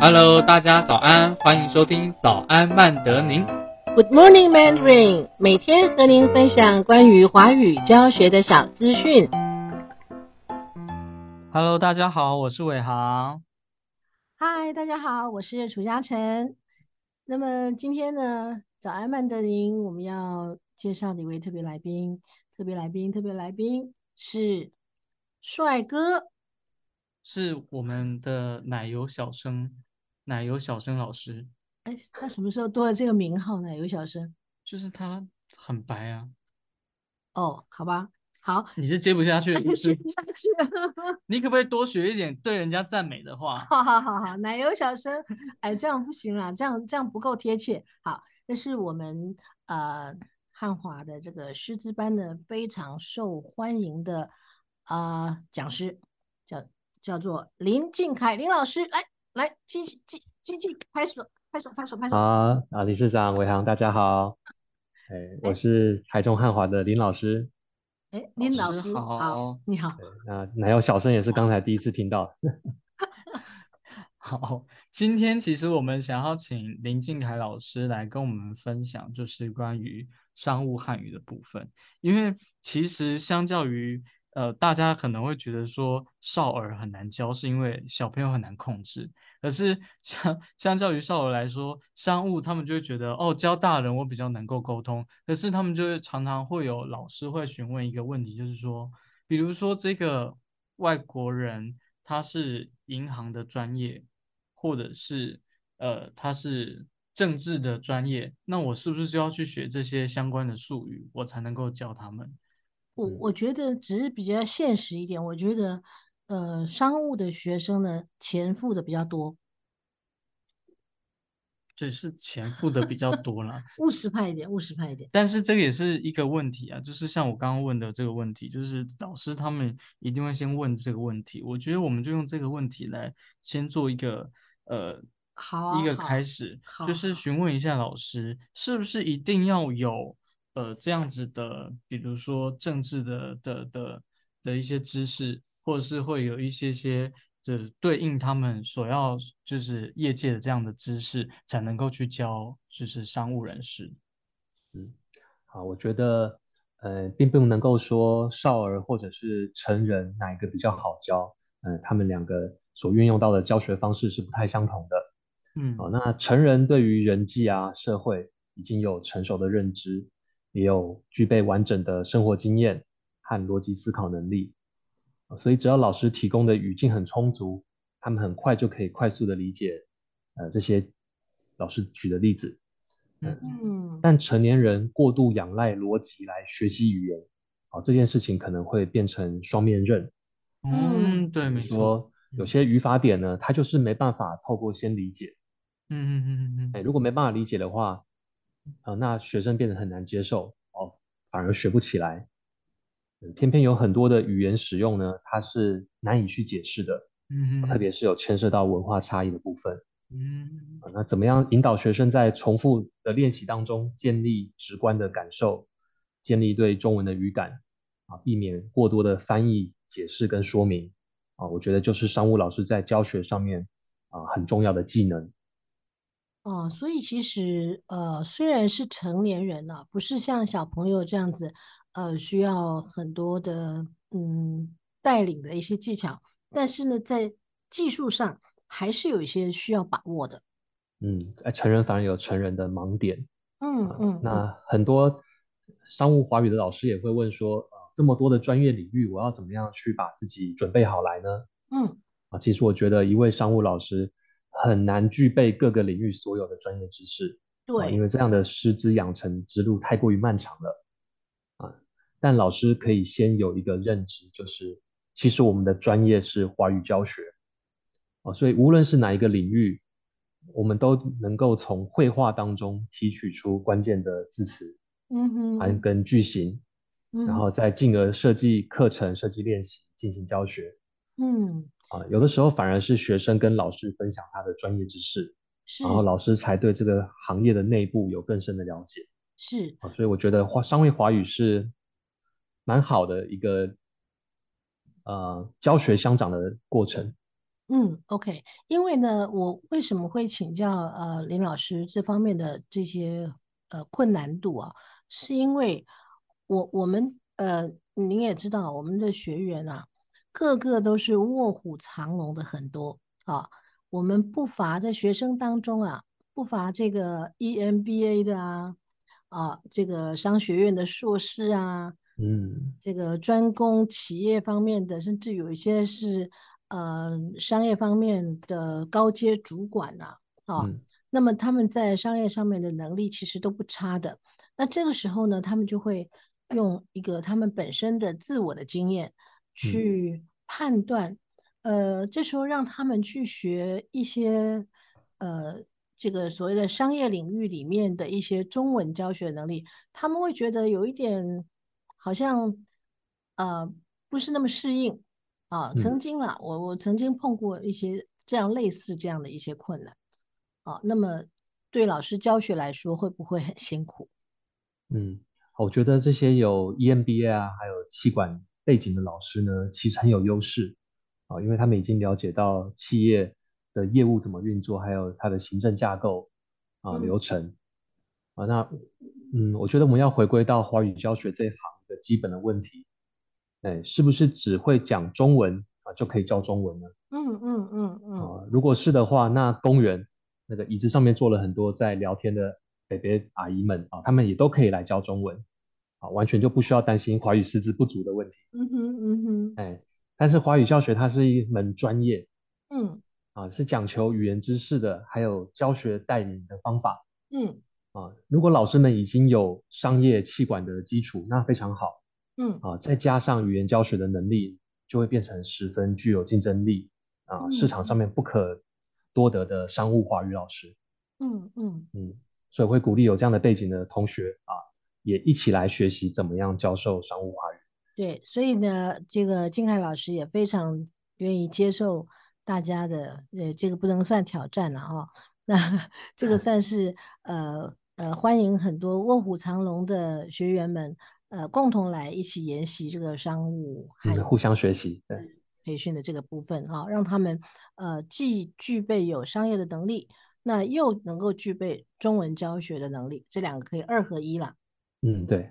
Hello，大家早安，欢迎收听早安曼德宁。 Good morning Mandarin，每天和您分享关于华语教学的小资讯。 Hello，大家好，我是伟航。嗨，大家好，我是楚嘉诚。那么今天呢，早安曼德林，我们要介绍的一位特别来宾，特别来宾，特别来宾是帅哥。是我们的奶油小生，奶油小生老师，哎，他什么时候多了这个名号呢？有小生就是他很白啊，哦，好吧，好，你是接不下去了，不接 是？不下去了。你可不可以多学一点对人家赞美的话？好好好好，奶油小生，哎，这样不行啦，这样这样不够贴切。好，这是我们呃汉华的这个师资班的非常受欢迎的啊、呃讲师，叫叫做林敬凯林老师，来来，机器机机器拍手拍手拍手拍手，好啊，理事长、伟航，大家好。哎，哎我是台中汉华的林老师。哎，林老老师师好你好，啊，奶油小生也是刚才第一次听到。好，今天其实我们想要请林敬凯老师来跟我们分享，就是关于商务汉语的部分。因为其实相较于呃，大家可能会觉得说少儿很难教，是因为小朋友很难控制。可是 相相较于少儿来说，商务他们就会觉得哦，教大人我比较能够沟通。可是他们就会常常会有老师会询问一个问题，就是说，比如说这个外国人他是银行的专业，或者是呃他是政治的专业，那我是不是就要去学这些相关的术语，我才能够教他们？我嗯我觉得只是比较现实一点，我觉得呃商务的学生呢钱付的比较多，只是钱付的比较多啦，务实派一点，务实派一点。但是这个也是一个问题啊，就是像我刚刚问的这个问题，就是老师他们一定会先问这个问题。我觉得我们就用这个问题来先做一个呃好啊一个哦好开始，好就是好询问一下老师，是不是一定要有呃这样子的，比如说政治的的的的一些知识，或者是会有一些些。就是对应他们所要，就是业界的这样的知识，才能够去教，就是商务人士。嗯，好，我觉得，呃，并不能够说少儿或者是成人哪一个比较好教，嗯、他们两个所运用到的教学方式是不太相同的。嗯哦，那成人对于人际啊、社会已经有成熟的认知，也有具备完整的生活经验和逻辑思考能力，呃所以只要老师提供的语境很充足，他们很快就可以快速的理解，呃，这些老师举的例子。嗯嗯，但成年人过度仰赖逻辑来学习语言，哦，这件事情可能会变成双面刃。嗯嗯，对，比没如错，说，有些语法点呢，它就是没办法透过先理解。嗯嗯嗯嗯哎，如果没办法理解的话，呃，那学生变得很难接受哦，反而学不起来。嗯偏偏有很多的语言使用呢，它是难以去解释的，嗯嗯，特别是有牵涉到文化差异的部分。嗯啊那怎么样引导学生在重复的练习当中建立直观的感受，建立对中文的语感啊，避免过多的翻译、解释跟说明啊，我觉得就是商务老师在教学上面啊很重要的技能。哦，所以其实呃，虽然是成年人呢、不是像小朋友这样子，呃，需要很多的嗯带领的一些技巧，但是呢，在技术上还是有一些需要把握的。嗯，哎，成人反而有成人的盲点。嗯啊嗯嗯，那很多商务华语的老师也会问说，呃，这么多的专业领域，我要怎么样去把自己准备好来呢？嗯，啊，其实我觉得一位商务老师很难具备各个领域所有的专业知识啊，因对，为这样的师资养成之路太过于漫长了啊。但老师可以先有一个认知，就是其实我们的专业是华语教学啊，所以无论是哪一个领域，我们都能够从绘画当中提取出关键的字词，嗯哼还有嗯跟句型，嗯然后再进而设计课程、设计练习进行教学。嗯啊，有的时候反而是学生跟老师分享他的专业知识，是然后老师才对这个行业的内部有更深的了解是啊，所以我觉得华商业华语是蛮好的一个呃教学相长的过程。嗯，OK，因为呢，我为什么会请教呃林老师这方面的这些呃困难度啊？是因为我我们呃您也知道，我们的学员啊，个个都是卧虎藏龙的很多啊，我们不乏在学生当中啊，不乏这个 E EMBA 的啊，啊这个商学院的硕士啊，嗯这个专攻企业方面的，甚至有一些是呃商业方面的高阶主管啊，啊，嗯那么他们在商业上面的能力其实都不差的。那这个时候呢，他们就会用一个他们本身的自我的经验去判断，呃，这时候让他们去学一些呃这个所谓的商业领域里面的一些中文教学能力，他们会觉得有一点好像呃不是那么适应啊。嗯曾经啊，我我曾经碰过一些这样类似这样的一些困难啊。那么对老师教学来说，会不会很辛苦？嗯，我觉得这些有 EMBA 啊，还有企管背景的老师呢，其实很有优势啊，因为他们已经了解到企业的业务怎么运作，还有它的行政架构啊、嗯流程啊。那嗯，我觉得我们要回归到华语教学这一行的基本的问题，哎，是不是只会讲中文啊就可以教中文呢？嗯嗯嗯嗯啊、如果是的话，那公园那个椅子上面坐了很多在聊天的北北阿姨们啊、他们也都可以来教中文啊、完全就不需要担心华语师资不足的问题。嗯哼嗯哼哎，但是华语教学它是一门专业嗯啊、是讲求语言知识的，还有教学带领的方法嗯啊、如果老师们已经有商业气管的基础，那非常好嗯啊、再加上语言教学的能力，就会变成十分具有竞争力啊、市场上面不可多得的商务华语老师。嗯嗯嗯，所以会鼓励有这样的背景的同学啊，也一起来学习怎么样教授商务华语。对，所以呢，这个金海老师也非常愿意接受大家的，呃，这个不能算挑战了哦， 那这个算是呃呃，欢迎很多卧虎藏龙的学员们，呃，共同来一起研习这个商务汉语嗯，互相学习。对，培训的这个部分啊，让他们呃既具备有商业的能力，那又能够具备中文教学的能力，这两个可以二合一啦。嗯，对，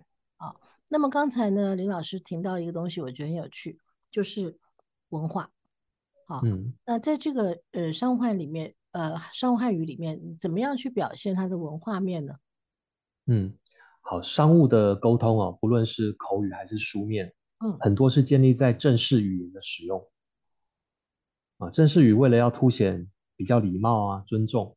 那么刚才呢，林老师提到一个东西，我觉得很有趣，就是文化。好，嗯那在这个呃商务汉里面，呃商务汉语里面，你怎么样去表现它的文化面呢？嗯，好，商务的沟通啊，不论是口语还是书面，嗯很多是建立在正式语言的使用。啊，正式语为了要凸显比较礼貌啊、尊重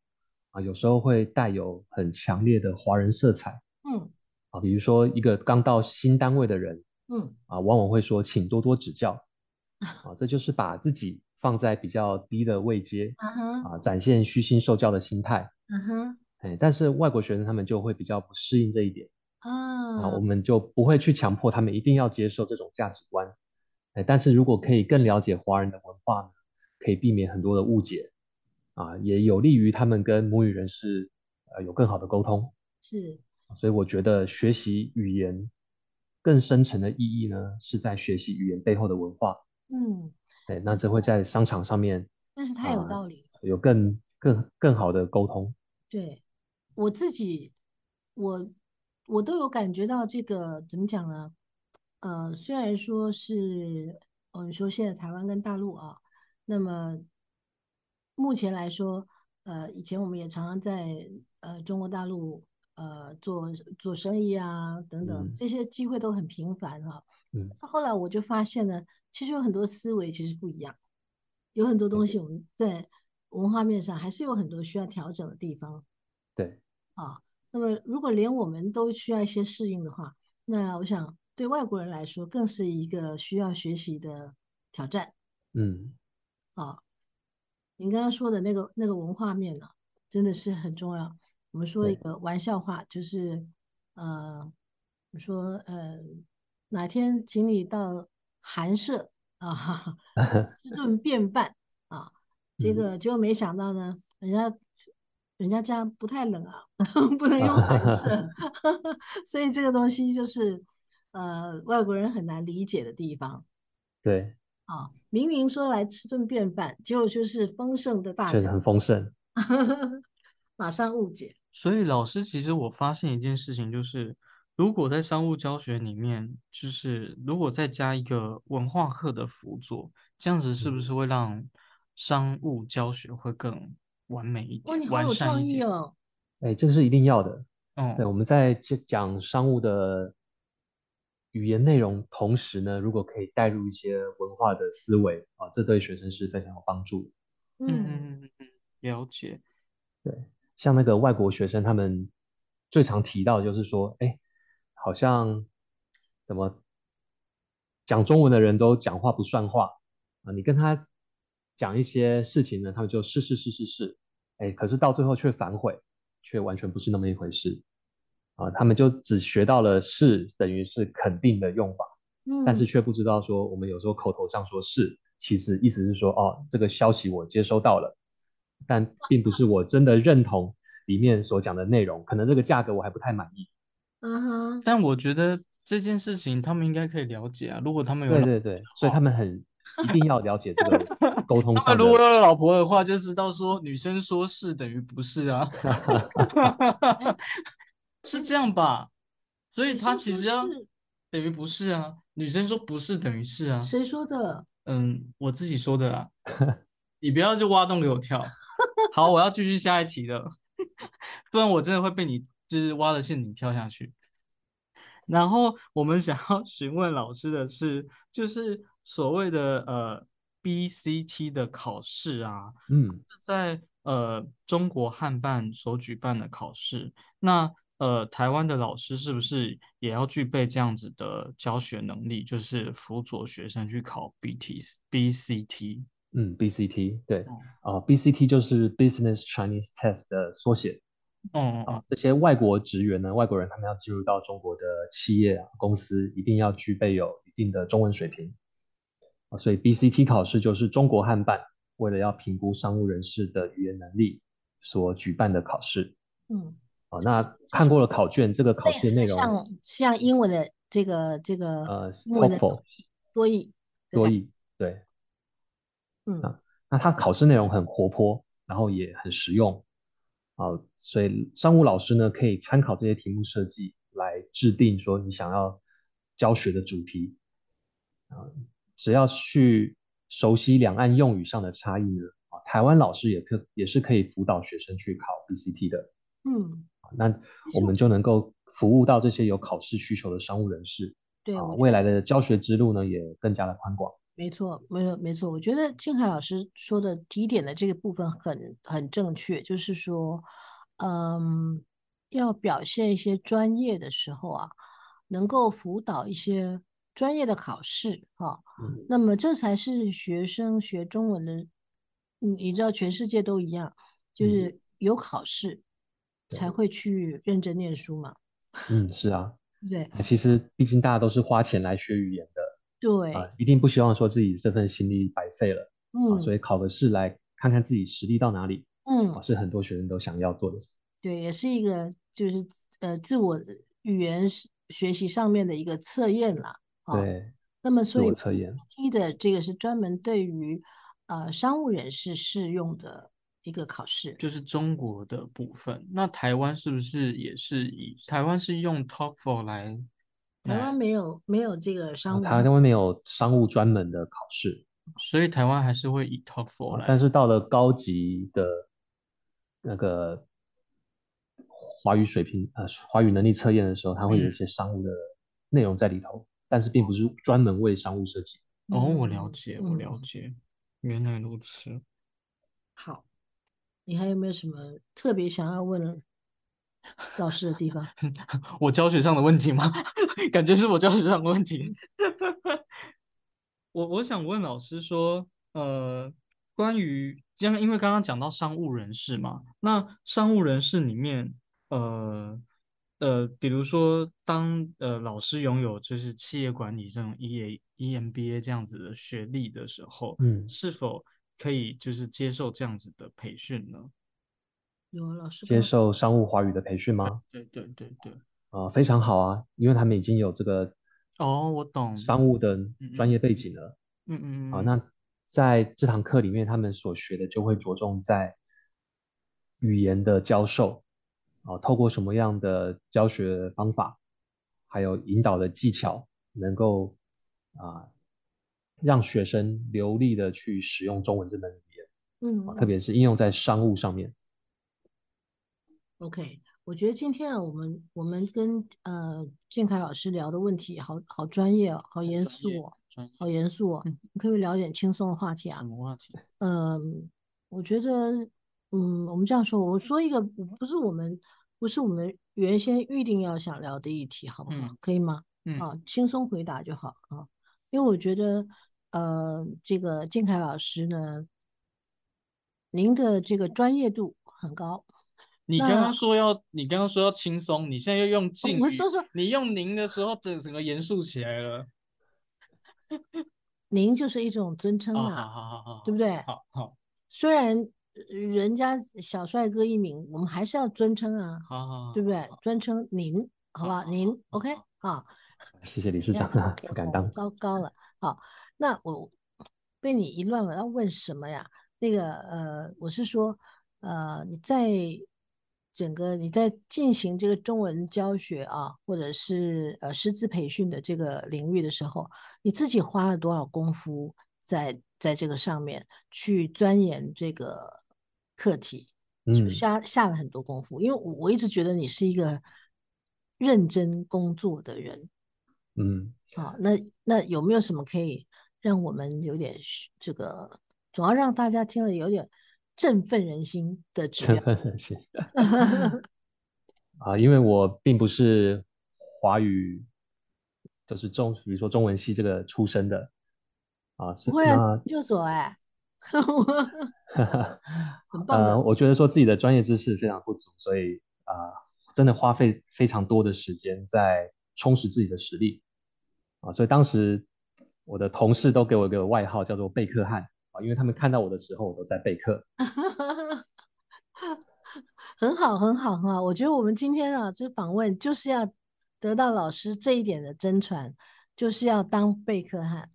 啊，有时候会带有很强烈的华人色彩嗯啊，比如说一个刚到新单位的人。嗯啊，往往会说请多多指教啊，这就是把自己放在比较低的位阶啊哈啊，展现虚心受教的心态。啊哈哎，但是外国学生他们就会比较不适应这一点啊，我啊们就不会去强迫他们一定要接受这种价值观。哎，但是如果可以更了解华人的文化呢，可以避免很多的误解啊，也有利于他们跟母语人士呃有更好的沟通。是所以我觉得学习语言更深层的意义呢，是在学习语言背后的文化。嗯，对，那这会在商场上面但是太有啊道理了。有更更更好的沟通。对，我自己，我我都有感觉到这个怎么讲呢？呃，虽然说是，嗯，说现在台湾跟大陆啊，那么目前来说，呃，以前我们也常常在呃中国大陆呃做做生意啊等等，嗯这些机会都很频繁哈、嗯，后来我就发现呢，其实有很多思维其实不一样，有很多东西我们在文化面上还是有很多需要调整的地方。对，啊，那么如果连我们都需要一些适应的话，那我想对外国人来说更是一个需要学习的挑战嗯 啊。您刚刚说的那个那个文化面呢、真的是很重要。我们说一对个玩笑话，就是呃，我说呃，哪天请你到寒舍啊吃顿便饭啊，这嗯个结果没想到呢，人家人家家不太冷啊， 不能 用寒舍， 所以这个东西就是呃外国人很难理解的地方。对，啊，明明说来吃顿便饭，结果就是丰盛的大确实餐很，丰盛。 马上误解。所以老师，其实我发现一件事情，就是如果在商务教学里面，就是如果再加一个文化课的辅佐，这样子是不嗯是会让商务教学会更完美一哇，点、你好完有善创一意点？哦！哎，这个是一定要的。对，嗯我们在这讲商务的语言内容同时呢，如果可以带入一些文化的思维啊，这对学生是非常有帮助的。嗯嗯嗯，嗯嗯嗯，了解。像那个外国学生，他们最常提到的就是说，哎，好像怎么讲中文的人都讲话不算话啊，你跟他讲一些事情呢，他们就是是是是是，哎，可是到最后却反悔，却完全不是那么一回事啊，他们就只学到了是等于是肯定的用法，但是嗯却不知道说我们有时候口头上说是，其实意思是说哦，这个消息我接收到了，但并不是我真的认同里面所讲的内容，可能这个价格我还不太满意。嗯哼，但我觉得这件事情他们应该可以了解啊，如果他们有对老对对，所以他们很一定要了解这个沟通他上们如果的。有老婆的话，就知道说女生说是等于不是 啊，是这样吧？所以女他生其说实要是等于不是啊，女生说不是等于是啊。谁说的？嗯，我自己说的啦，你不要就挖洞给我跳。好，我要继续下一题了， 不然我真的会被你就是挖的陷阱跳下去。然后我们想要询问老师的是，就是所谓的呃 BCT 的考试啊，嗯，在呃中国汉办所举办的考试，那呃台湾的老师是不是也要具备这样子的教学能力，就是辅佐学生去考 BTS、BCT？嗯，BCT 对，嗯啊、b c t 就是 Business Chinese Test 的缩写嗯啊、嗯这些外国职员呢，外国人他们要进入到中国的企业啊、公司，一定要具备有一定的中文水平啊、所以 BCT 考试就是中国汉办为了要评估商务人士的语言能力所举办的考试嗯，啊、就是那看过了考卷，这个考类试的内似容像像英文的这个这个呃英文的 TOEFL 多义，多义对，嗯啊那它考试内容很活泼，然后也很实用，啊，所以商务老师呢可以参考这些题目设计来制定说你想要教学的主题，啊，只要去熟悉两岸用语上的差异呢，啊，台湾老师也可也是可以辅导学生去考 BCT 的，嗯，啊那我们就能够服务到这些有考试需求的商务人士，对，啊，我觉未得来的教学之路呢也更加的宽广。没错，没有没错，我觉得静海老师说的提点的这个部分很很正确，就是说，嗯，要表现一些专业的时候啊，能够辅导一些专业的考试啊，嗯那么这才是学生学中文的，你你知道全世界都一样，就嗯是有考试对才会去认真念书嘛，嗯，是啊。对不对啊其实毕竟大家都是花钱来学语言的对，啊，一定不希望说自己这份心力白费了啊，嗯所以考个试来看看自己实力到哪里嗯啊，。是很多学生都想要做的事。对，也是一个就是自呃自我语言是学习上面的一个测验啦。啊，对，那么自所以我测验， T 的这个是专门对于呃商务人士适用的一个考试。就是中国的部分。那台湾是不是也是以台湾是用 TOEFL 来台哎来湾没有没有这个然后商务啊台湾没有商务专门的考试所以台湾还是会以 TOEFL 啊，来但是到了高级的那个华语水平呃华语能力测验的时候，它会有一嗯些商务的内容在里头，但是并不是专门为商务设计。哦，我了解，我了嗯解，原来如此。好，你还有没有什么特别想要 问老师的地方？ 我教学上的问题吗？ 感觉是我教学上的问题。 我我想问老师说，呃，关于因为因为刚刚讲到商务人士嘛，那商务人士里面，呃呃，比如说当呃老师拥有就是企业管理这种 E A E M B A 这样子的学历的时候，嗯，是否可以就是接受这样子的培训呢？有啊老师接刚受商务华语的培训吗？对对对对，呃，非常好啊，因为他们已经有这个哦，我懂，商务的嗯专嗯业背景了，嗯嗯嗯啊，那在这堂课里面，他们所学的就会着重在语言的教授啊，透过什么样的教学方法，还有引导的技巧，能够啊让学生流利的去使用中文这门语言嗯啊，特别是应用在商务上面。 OK，我觉得今天啊，我们我们跟呃建凯老师聊的问题好好专业哦，好严肃哦，专业好严肃哦嗯，你可不可以聊点轻松的话题啊什？么话题？嗯，我觉得，嗯，我们这样说，我说一个不是我们不是我们原先预定要想聊的议题，好不好？嗯可以吗？嗯啊，轻松回答就好啊，因为我觉得，呃，这个建凯老师呢，您的这个专业度很高。你刚那哦刚说要，你刚刚说要轻松，你现在又用敬 我语，说说，你用您的时候，整整个严肃起来了。您就是一种尊称哦，好嘛，好好好，啊对不对好好虽然呃人家小帅哥一名，我们还是要尊称啊，好好，对不对？尊称您，好不好？好好您好 OK 好啊？谢谢理事长啊不要，不 敢当。糟糕了。好，那我被你一乱，我要问什么呀？那个呃，我是说，呃，你在整个你在进行这个中文教学啊，或者是呃师资培训的这个领域的时候，你自己花了多少功夫在在这个上面去钻研这个课题？是不是，嗯下下了很多功夫？因为我我一直觉得你是一个认真工作的人。嗯，好，那那有没有什么可以让我们有点嘘这个，总要让大家听了有点振奋人心的指振标？ 奋人心。啊，因为我并不是华语，就是中，比如说中文系这个出身的，啊，是不会啊，那研究所哎，很棒呃，的，我觉得说自己的专业知识非常不足，所以啊、呃真的花费非常多的时间在充实自己的实力啊，所以当时我的同事都给我一个外号叫做备课汉啊，因为他们看到我的时候，我都在备课。 很好，很好，很好。我觉得我们今天啊，这访问就是要得到老师这一点的真传，就是要当备课汉。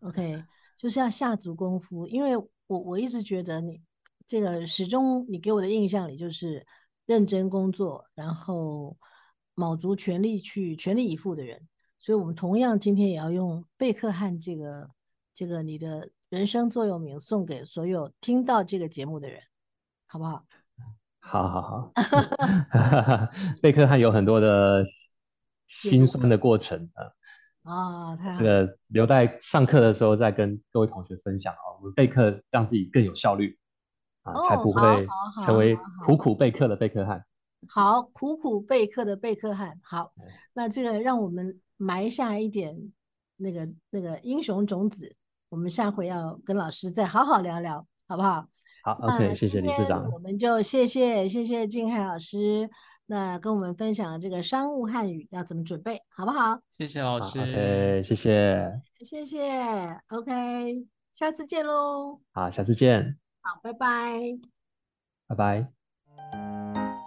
OK，就是要下足功夫，因为我我一直觉得你这个始终你给我的印象里就是认真工作，然后卯足全力去全力以赴的人，所以我们同样今天也要用贝克汉这个这个你的人生座右铭送给所有听到这个节目的人，好不好？好好好， 备课汉有很多的辛酸的过程啊。啊，太好这了，个留在上课的时候再跟各位同学分享哦。我们备课让自己更有效率啊，哦才不好会好好成为好好苦苦备课的备课汉。好苦苦备课的备课汉，好，那这个让我们埋下一点那个那个英雄种子，我们下回要跟老师再好好聊聊，好不好？好那，OK，谢谢今理事天长我，们就谢谢谢谢静海老师，那跟我们分享这个商务汉语要怎么准备，好不好？谢谢老好师。 ，OK，谢谢，谢谢，OK，下次见喽，好，下次见，好，拜拜。拜拜。